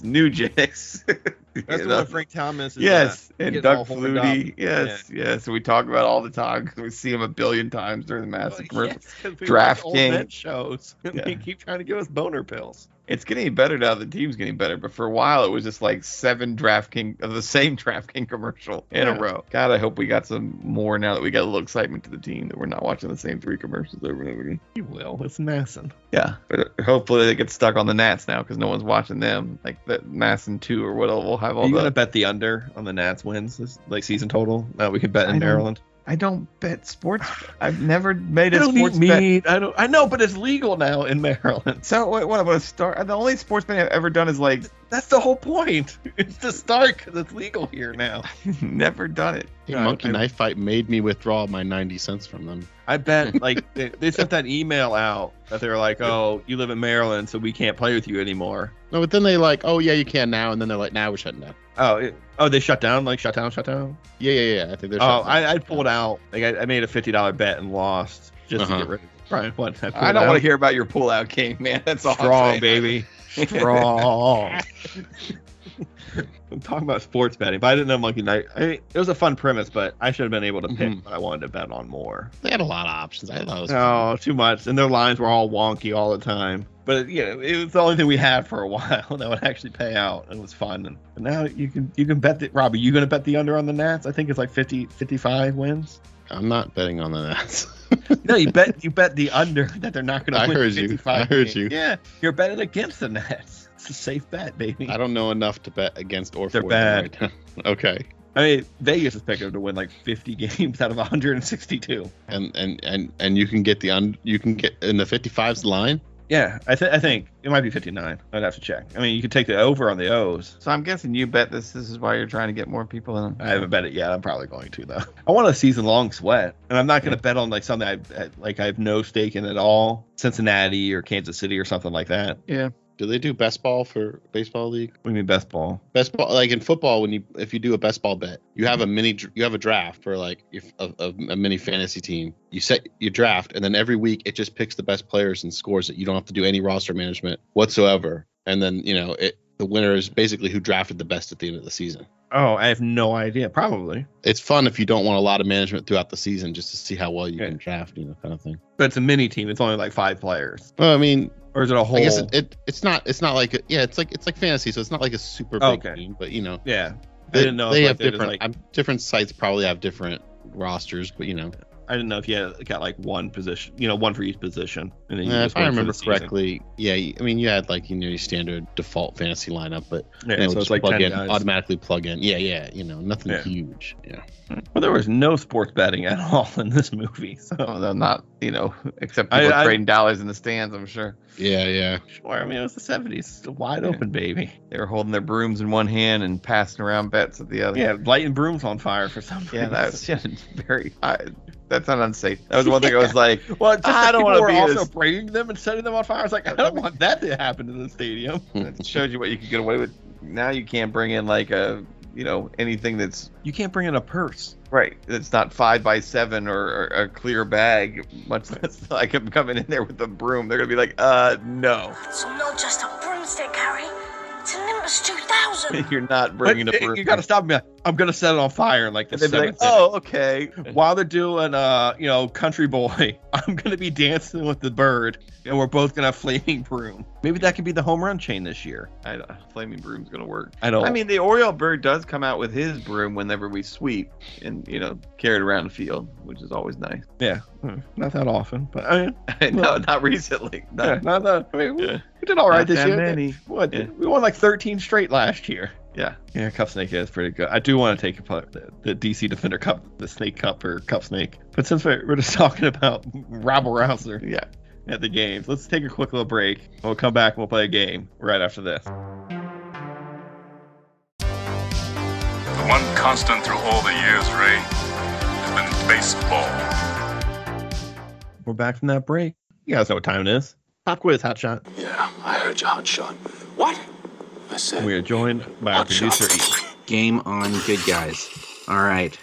That's Nugenics. You the know? one Frank Thomas is. Yes, and getting uh, all Doug horned up. Flutie. Yes, yes. We talk about all the time because we see him a billion times during the uh, massive commercial. yes, 'cause we watch DraftKings. old men shows. Yeah. They keep trying to give us boner pills. It's getting better now. The team's getting better, but for a while it was just like seven DraftKings of the same DraftKings commercial in Yeah. a row. God, I hope we got some more now that we got a little excitement to the team that we're not watching the same three commercials over and over again. You will. It's Masson. Yeah, but hopefully they get stuck on the Nats now because no one's watching them. Like the Nats and two or whatever will have Are all you the. gonna bet the under on the Nats wins this like season total? No, we could bet I in don't- Maryland. I don't bet sports. I've never made I a don't sports need bet. meat. I don't. I know, but it's legal now in Maryland. So what? What about a star? The only sports bet I've ever done is like That's the whole point. It's to start 'cause it's legal here now. never done it. The Yeah, monkey I- knife fight made me withdraw my 90 cents from them. I bet like they, they sent that email out that they were like, "Oh, you live in Maryland, so we can't play with you anymore." No, but then they like, oh yeah, you can now, and then they're like, now nah, we're shutting down. Oh, it, oh, they shut down. Like shut down, shut down. Yeah, yeah, yeah. I think they're. Oh, shutting down. I, I pulled out. Like I, I made a fifty dollar bet and lost just Uh-huh. to get rid of it. Brian. What? I don't want to hear about your pullout game, man. That's all. I'm strong, saying. baby, strong. I'm talking about sports betting, but I didn't know Monkey Knight. I mean, it was a fun premise, but I should have been able to pick Mhm. what I wanted to bet on more. They had a lot of options. I thought it was. No, too much. And their lines were all wonky all the time. But you know, it was the only thing we had for a while that would actually pay out. It was fun. And, and now you can you can bet that Robbie, you gonna bet the under on the Nats? I think it's like 50, 55 wins. I'm not betting on the Nats. No, you bet you bet the under that they're not gonna I win. heard you. 55 I heard games. you. Yeah, you're betting against the Nats. It's a safe bet, baby. I I, don't know enough to bet against or They're for. bad. them right now. okay. mean, Vegas is picking them to win like 50 games out of 162. And and and and you can get the un. You can get in the 55s line. Yeah, I, th- I think it might be 59. I'd have to check. I mean, you could take the over on the O's. So I'm guessing you bet this. This is why you're trying to get more people in. I haven't bet it yet. I'm probably going to though. I want a season long sweat, and I'm not going to bet on like something I I- like I have no stake in at all, Cincinnati or Kansas City or something like that. Do they do best ball for baseball league? We mean best ball. Best ball, like in football, when you if you do a best ball bet, you have a mini, dr- you have a draft for like if a, a, a mini fantasy team. You set your draft, and then every week it just picks the best players and scores it. You don't have to do any roster management whatsoever, and then you know it. The winner is basically who drafted the best at the end of the season. Oh, I have no idea. Probably, It's fun if you don't want a lot of management throughout the season, just to see how well you Yeah. can draft, you know, kind of thing. but it's a mini team. It's only like five players, Well, I mean, or is it a whole? I guess it, it it's not it's not like a, yeah, it's like it's like fantasy, so it's not like a super big Okay. team, but you know, yeah, They, I didn't know. they if, like, have they're just, different. like- um, different sites probably have different rosters, but you know, I didn't know if you had, got like one position, you know, one for each position, and then you eh, just if I wait for the remember season. correctly, yeah. you- I mean, you had like you know your standard default fantasy lineup, but Yeah, you know, so just it's like plug 10 in, guys. automatically plug in. Yeah, yeah. You know, nothing Yeah. huge. Yeah. Well, there was no sports betting at all in this movie, so Although Oh, not, you know, except I- people I- trading dollars in the stands. I'm sure Yeah, yeah. sure. I mean, it was the '70s, wide Yeah. open, baby. they were holding their brooms in one hand and passing around bets with the other. Yeah, lighting brooms on fire for some reason. yeah, that's yeah, very. I, that's not unsafe. That was one thing I was like, Well, just I I don't don't wanna want to be be also as- braiding them and setting them on fire. I was like, I don't want that to happen to the stadium. it showed you what you could get away with. Now you can't bring in like a, you know, anything that's You can't bring in a purse. Right. It's not five by seven or, or a clear bag, much less like I'm coming in there with a broom. They're gonna be like, uh, no, It's not just a broomstick, Harry. It's a Nimbus 2000. you're not bringing But a broom. you got to stop me. I'm gonna set it on fire in like the And they'd be like, seventh. oh, okay. inning. While they're doing, uh, you know, country boy, I'm gonna be dancing with the bird, and we're both gonna have flaming broom. Maybe that could be the home run chain this year. I don't, flaming broom's gonna work. I don't. I mean, the Oriole bird does come out with his broom whenever we sweep, and you know, carry it around the field, which is always nice. yeah, Hmm, not that often, but I mean, no, not recently. Not, yeah, not that. I mean, we, Yeah. we did all right not this that year. many. What? Yeah. We won like 13 straight last year. Yeah. Yeah, Cup Snake is pretty good. I do want to take apart the, the DC Defender Cup, the Snake Cup or Cup Snake. But since we're, we're just talking about rabble rouser Yeah. at the games, let's take a quick little break. We'll come back and we'll play a game right after this. The one constant through all the years, Ray, has been baseball. We're back from that break. You guys know what time it is. Pop quiz, hot shot. Yeah, I heard you, hot shot. What? I said. We are joined by our Hot shot. producer. E. Game on, good guys. All right.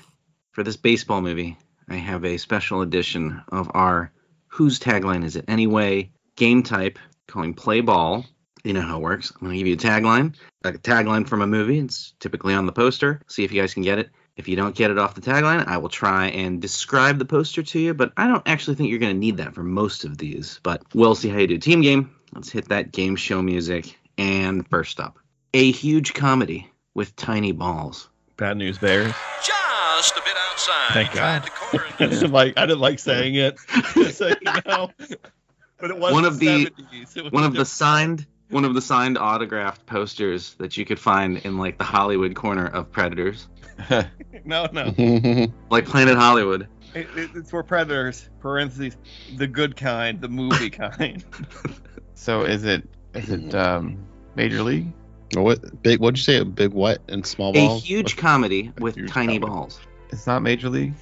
For this baseball movie, I have a special edition of our Whose Tagline Is It Anyway? game type calling Play Ball. You know how it works. I'm going to give you a tagline, like a tagline from a movie. It's typically on the poster. See if you guys can get it. If you don't get it off the tagline, I will try and describe the poster to you, but I don't actually think you're going to need that for most of these. But we'll see how you do. Team game, Let's hit that game show music. And first up, a huge comedy with tiny balls. Bad news bears. Just a bit outside. Thank He tried to corner I didn't like I didn't like saying it. Just so you know. But it was One of the- 70s. It was one of the different. signed one of the signed autographed posters that you could find in like the Hollywood corner of Predators, no no. like Planet Hollywood. It, it, it's for predators. Parentheses, the good kind, the movie kind. So is it is it um, Major League? what big? What'd you say? A big what and small A balls? huge comedy A with huge tiny comedy. balls. It's not Major League.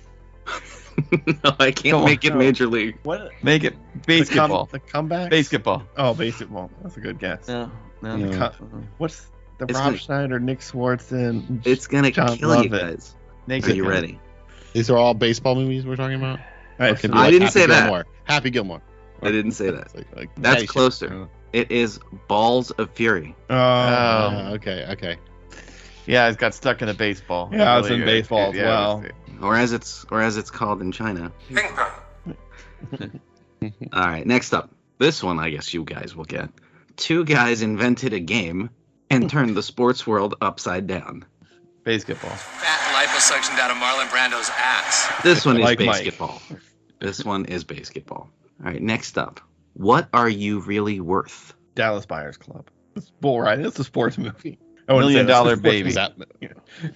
no, I can't Go on, make it no. major league. What Make it the, com- basketball. the comeback? Basketball. Mm. Oh, basketball. That's a good guess. No, no. No. What's the It's Rob like- Schneider, Nick Swartz, and It's gonna John, kill love you it. guys. Naked Are you Gun. ready? These are all baseball movies we're talking about. All right, Or it could be I didn't Happy say that. Gilmore. Happy Gilmore. I didn't say that. Like- like That's Caddyshack. closer. It is Balls of Fury. Oh, Oh. Oh, okay, okay. Yeah, it got stuck in a baseball. Yeah, it's in Really good. baseball as Yeah, well. it's- Or as it's or as it's called in China. Ping pong. All right, next up. This one, I guess you guys will get. Two guys invented a game and turned the sports world upside down. Basketball. Fat liposuctioned out of Marlon Brando's ass. This one is Like Mike. basketball. This one is basketball. All right, next up. What are you really worth? Dallas Buyers Club. It's bull riding. It's a sports movie. I wouldn't say Million that's a Dollar sports Baby. Was that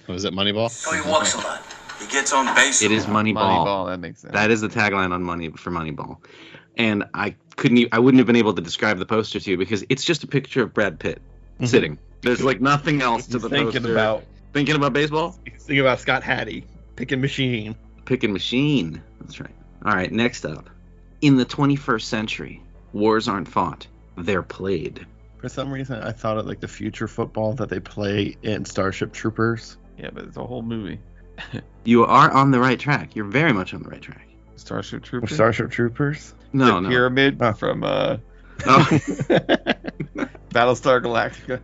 was it Moneyball? Oh, he walks a lot. He gets on base. It is Moneyball. Moneyball. That makes sense. That is the tagline on Money for Moneyball. And I couldn't e- I wouldn't have been able to describe the poster to you because it's just a picture of Brad Pitt Mhm. sitting. There's like nothing else to He's the thinking poster. about thinking about baseball? he's thinking about Scott Hattie picking machine. Picking machine. That's right. All right, next up. In the 21st century, wars aren't fought, they're played. For some reason, I thought of like the future football that they play in Starship Troopers. Yeah, but it's a whole movie. You are on the right track. You're very much on the right track. Starship Troopers. Starship Troopers. No, the no. pyramid Oh. from uh, Oh, Battlestar Galactica.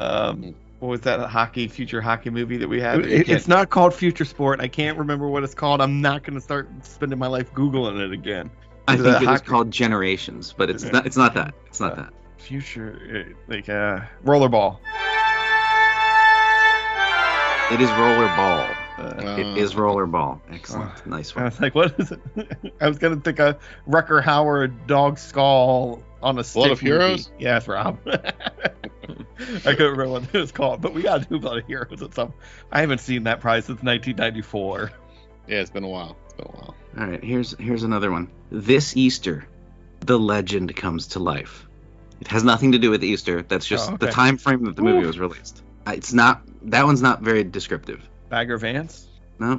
Um, what was that hockey future hockey movie that we had? that you It- can't- it's not called Future Sport. I can't remember what it's called. I'm not going to start spending my life googling it again. I The think it was hockey- called Generations, but it's not. It's not that. It's Uh, not that. Future, uh, like uh, rollerball. It is rollerball. Uh, Uh, It is rollerball. Excellent. Nice I one. was like, what is it? I was going to pick a Rucker Howard dog skull on a stick. of movie. Heroes? Yes, Rob. I couldn't remember what it was called, but we got to do Blood of Heroes at some. I haven't seen that prize since 1994. yeah, it's been a while. It's been a while. All right. Here's here's another one. This Easter, the legend comes to life. It has nothing to do with Easter. That's just Oh, the okay. time frame that the movie Oof. was released. Uh, It's not. That one's not very descriptive. Bagger Vance. No.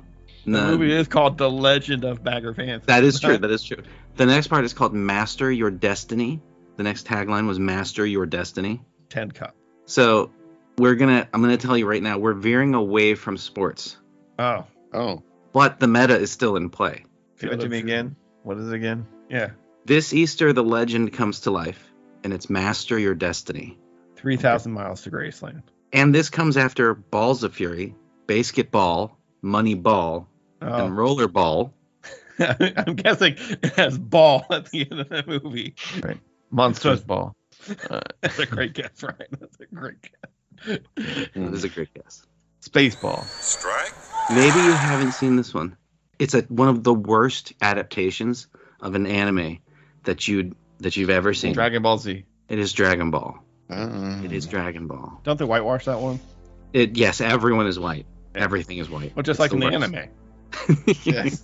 The No. movie is called The Legend of Bagger Vance. That is true. That is true. The next part is called Master Your Destiny. The next tagline was Master Your Destiny. Ten cup. So we're gonna I'm gonna tell you right now, we're veering away from sports. Oh, Oh, But the meta is still in play. Give it to me again. What is it again? yeah. This Easter the legend comes to life, and it's Master Your Destiny. Three thousand miles to Graceland. And this comes after Balls of Fury, Basketball, Moneyball, and Oh. Rollerball. I'm guessing it has ball at the end of the movie. Monsters Ball. That's a great guess, Ryan. That's a great guess. That is a great guess. Spaceball. Strike. Maybe you haven't seen this one. It's a, one of the worst adaptations of an anime that you that you've ever seen. Dragon Ball Z. it is Dragon Ball. uh, It is Dragon Ball. Don't they whitewash that one? It, yes, everyone is white. Everything is white. Well, just like It's in the worst. anime. Yes.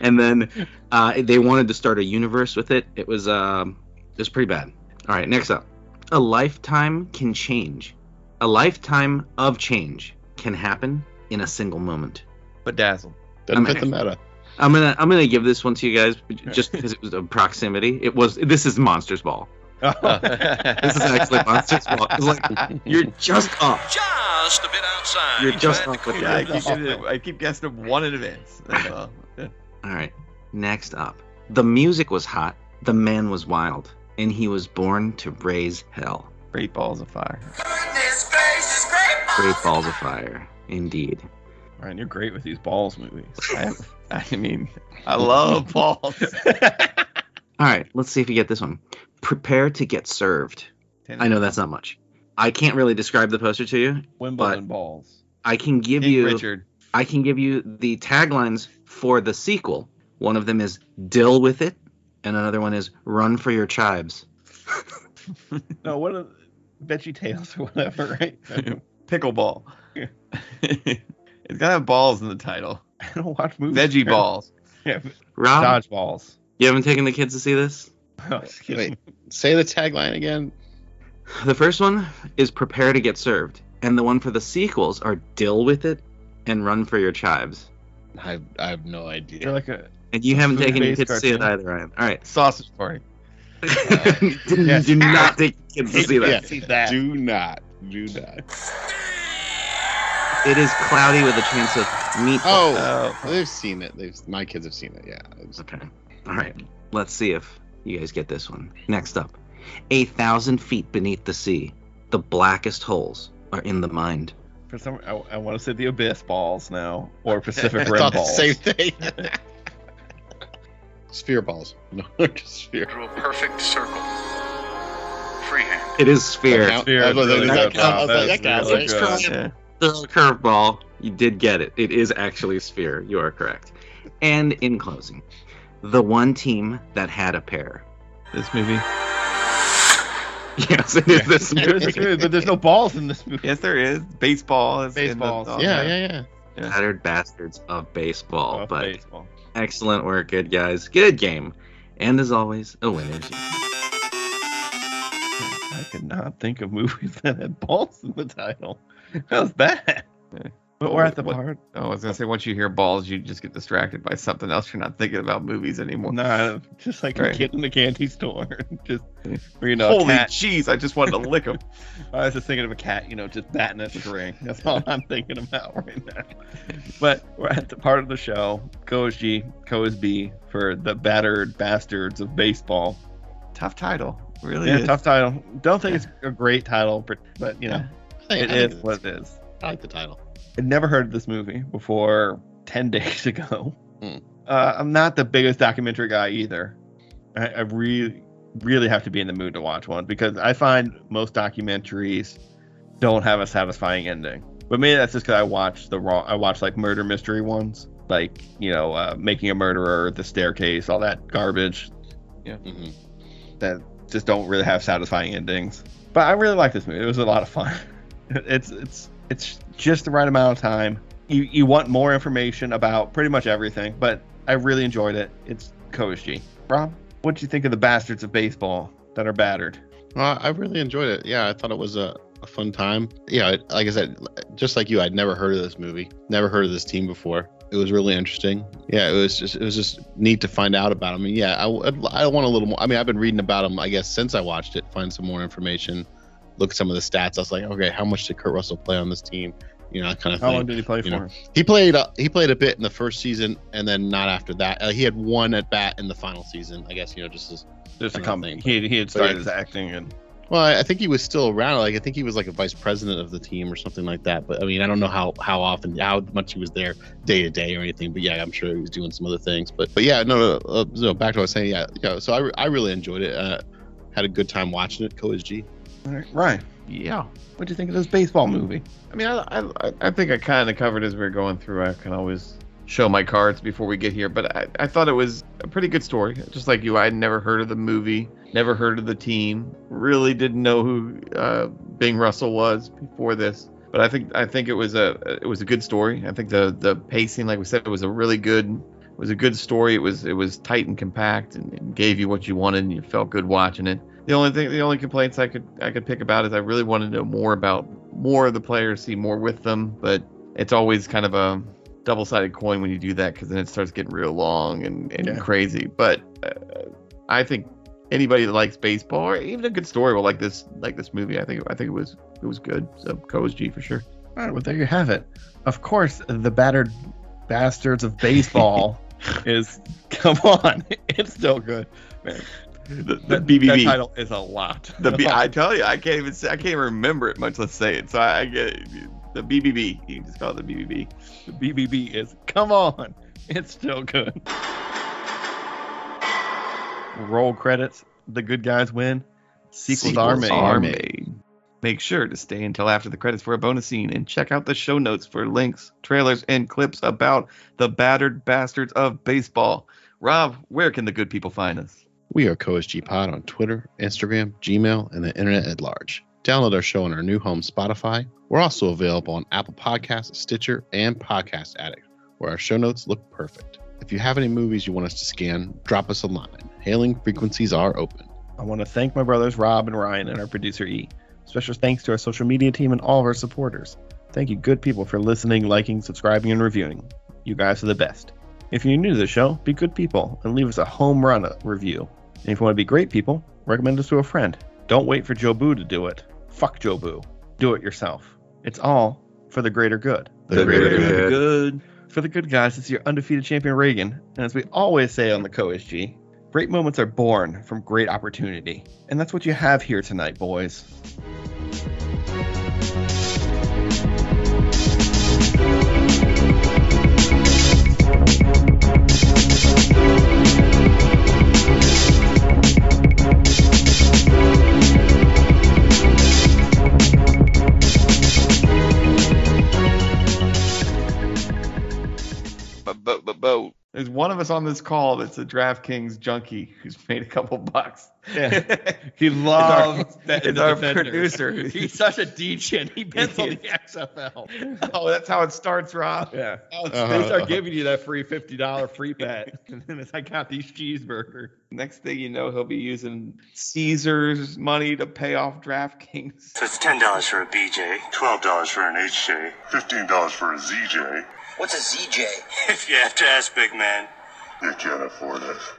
and then uh, they wanted to start a universe with it. It was um, it was pretty bad. All right, next up, a lifetime can change. A lifetime of change can happen in a single moment. Bedazzled. doesn't I'm- fit the meta. I'm gonna I'm gonna give this one to you guys just because it was a proximity. It was this is Monsters Ball. this is actually Monsters Ball. It's like- You're just up. Just a bit outside. You're He just tried to off with corner Yeah, I that. keep, getting it- I keep guessing it one in advance. "Oh, That's all. All right. Next up. The music was hot, the man was wild, and he was born to raise hell. Great balls of fire. Goodness gracious, great Great balls of fire, indeed. Ryan, you're great with these balls movies. I, I mean, I love balls. All right, let's see if you get this one. Prepare to get served. I know that's not much. I can't really describe the poster to you. Wimbledon balls. I can give King you Richard. I can give you the taglines for the sequel. One of them is "Dill with it," and another one is "Run for your chives." No, what are veggie tails or whatever, right? Pickleball. it's gotta have balls in the title. I don't watch movies. Veggie balls. Yeah, Um, Rob, dodgeballs. you haven't taken the kids to see this. Oh, Wait, say the tagline again. The first one is "Prepare to get served," and the one for the sequels are "Dill with it" and "Run for your chives." I, I have no They're idea. like a And you haven't taken your Food-based kids to see it cartoon. either, Ryan. All right, Sausage party. Yes. do not take your kids to see that. Yeah, see that. Do not, do not. It is cloudy with a chance of meatballs. Oh, Oh. they've seen it. They've, my kids have seen it. Yeah. It's- Okay. All right. Let's see if you guys get this one. Next up, a thousand feet beneath the sea, the blackest holes are in the mind. For some, I, I want to say the abyss balls now, or I Pacific Rim thought the balls. same thing. sphere balls. No, just sphere. Drew a perfect circle. Freehand. It is sphere. That count? Sphere I was like, really does that good, Rob. count? I was That like, that was really counts, good. right? Yeah. Throw a curveball. You did get it. It is actually sphere. You are correct. And in closing, the one team that had a pair. This movie. Yes, it is this There's movie. a period, but there's no balls in this movie. Yes, there is. Baseball is in the- Baseballs. oh, Yeah, yeah, yeah. Battered bastards of baseball. Oh, but baseball. excellent work, good guys. Good game. And as always, a winner's. I could not think of movies that had balls in the title. How's that? But we're at the What- part. Oh, I was gonna say once you hear balls, you just get distracted by something else. You're not thinking about movies anymore. Nah, uh, just like Right. a kid in the candy store. just, or, you know, a Holy cat. jeez, I just wanted to lick them. I was just thinking of a cat, you know, just batting at the string. That's all I'm thinking about right now. But we're at the part of the show, Koji, Cosby for the battered bastards of baseball. Tough title. Really Yeah, is. tough title. Don't think it's a great title, but, but you know, I it think, I think is it's- what it is. I like the title. I'd never heard of this movie before 10 days ago. Hmm. Uh, I'm not the biggest documentary guy either. I, I really, really have to be in the mood to watch one because I find most documentaries don't have a satisfying ending. But maybe that's just because I watch the wrong, I watch like murder mystery ones, like, you know, uh, Making a Murderer, The Staircase, all that garbage hmm Mm-hmm. that just don't really have satisfying endings. But I really like this movie. It was a lot of fun. It's it's it's just the right amount of time. You you want more information about pretty much everything, but I really enjoyed it. It's Koji. Rob, what'd you think of the bastards of baseball that are battered? Well, I really enjoyed it. Yeah, I thought it was a, a fun time. Yeah, it- like I said, just like you, I'd never heard of this movie, never heard of this team before. It was really interesting. Yeah, it was just it was just neat to find out about them. And yeah, I, would- I want a little more. I mean, I've been reading about them, I guess, since I watched it. Find some more information, look at some of the stats. I was like, okay, how much did Kurt Russell play on this team? You know, that kind of How thing. long did he play for? you know, He played uh, he played a bit in the first season, and then not after that. Uh, he had one at bat in the final season. I guess you know, just as There's a I don't company. think- Uh, He he had But yeah. started his acting and Well, I- I think he was still around. Like I think he was like a vice president of the team or something like that. But I mean, I don't know how how often, how much he was there day to day or anything. But yeah, I'm sure he was doing some other things. But but yeah, no, no, uh, no. Back to what I was saying. Yeah, yeah. So I, re- I really enjoyed it. Uh, had a good time watching it. Co is G. all right, Ryan, Yeah. what'd you think of this baseball movie? I mean, I I, I think I kind of covered as we were going through. I can always show my cards before we get here, but I, I thought it was a pretty good story. Just like you, I had never heard of the movie, never heard of the team, really didn't know who uh, Bing Russell was before this. But I think I think it was a it was a good story. I think the the pacing, like we said, was a really good was a good story. It was it was tight and compact and, and gave you what you wanted and you felt good watching it. The only thing, the only complaints I could I could pick about is I really wanted to know more about more of the players, see more with them. But it's always kind of a double sided coin when you do that because then it starts getting real long and, and Yeah. crazy. But uh, I think anybody that likes baseball or even a good story will like this like this movie. I think I think it was it was good. So Co's G for sure. All right, well there you have it. Of course, the battered bastards of baseball is come on, it's still good. The, the That- BBB. That title is a lot. The B- I tell you, I can't even say, I can't even remember it much less say it. So I, I get it. the BBB. You can just call it the BBB. The BBB is come on, it's still good. Roll credits, the good guys win. Sequels, Sequels are made. are made. Make sure to stay until after the credits for a bonus scene and check out the show notes for links, trailers, and clips about the battered bastards of baseball. Rob, where can the good people find us? We are CoSG Pod on Twitter, Instagram, Gmail, and the internet at large. Download our show on our new home, Spotify. We're also available on Apple Podcasts, Stitcher, and Podcast Addict, where our show notes look perfect. If you have any movies you want us to scan, drop us a line. Hailing frequencies are open. I want to thank my brothers Rob and Ryan and our producer E. Special thanks to our social media team and all of our supporters. Thank you, good people, for listening, liking, subscribing, and reviewing. You guys are the best. If you're new to the show, be good people and leave us a home run review. And if you want to be great people, recommend us to a friend. Don't wait for Joe Boo to do it. Fuck Joe Boo. Do it yourself. It's all for the greater good. The greater good. good. For the good guys, it's your undefeated champion Reagan, and as we always say on the CoSG, great moments are born from great opportunity. And that's what you have here tonight, boys. But, but, but, but, there's one of us on this call that's a DraftKings junkie who's made a couple bucks. Yeah. He loves It's the our defender. producer. He's such a degenerate. He bets on the XFL. oh, that's how it starts, Rob. Yeah. Uh-huh. They start giving you that free fifty dollar free bet, and then it's I got these cheeseburger. Next thing you know, he'll be using Caesar's money to pay off DraftKings. So it's ten dollars for a BJ. $12 for an HJ, $15 for a ZJ. What's a ZJ? If you have to ask, big man. You can't afford it.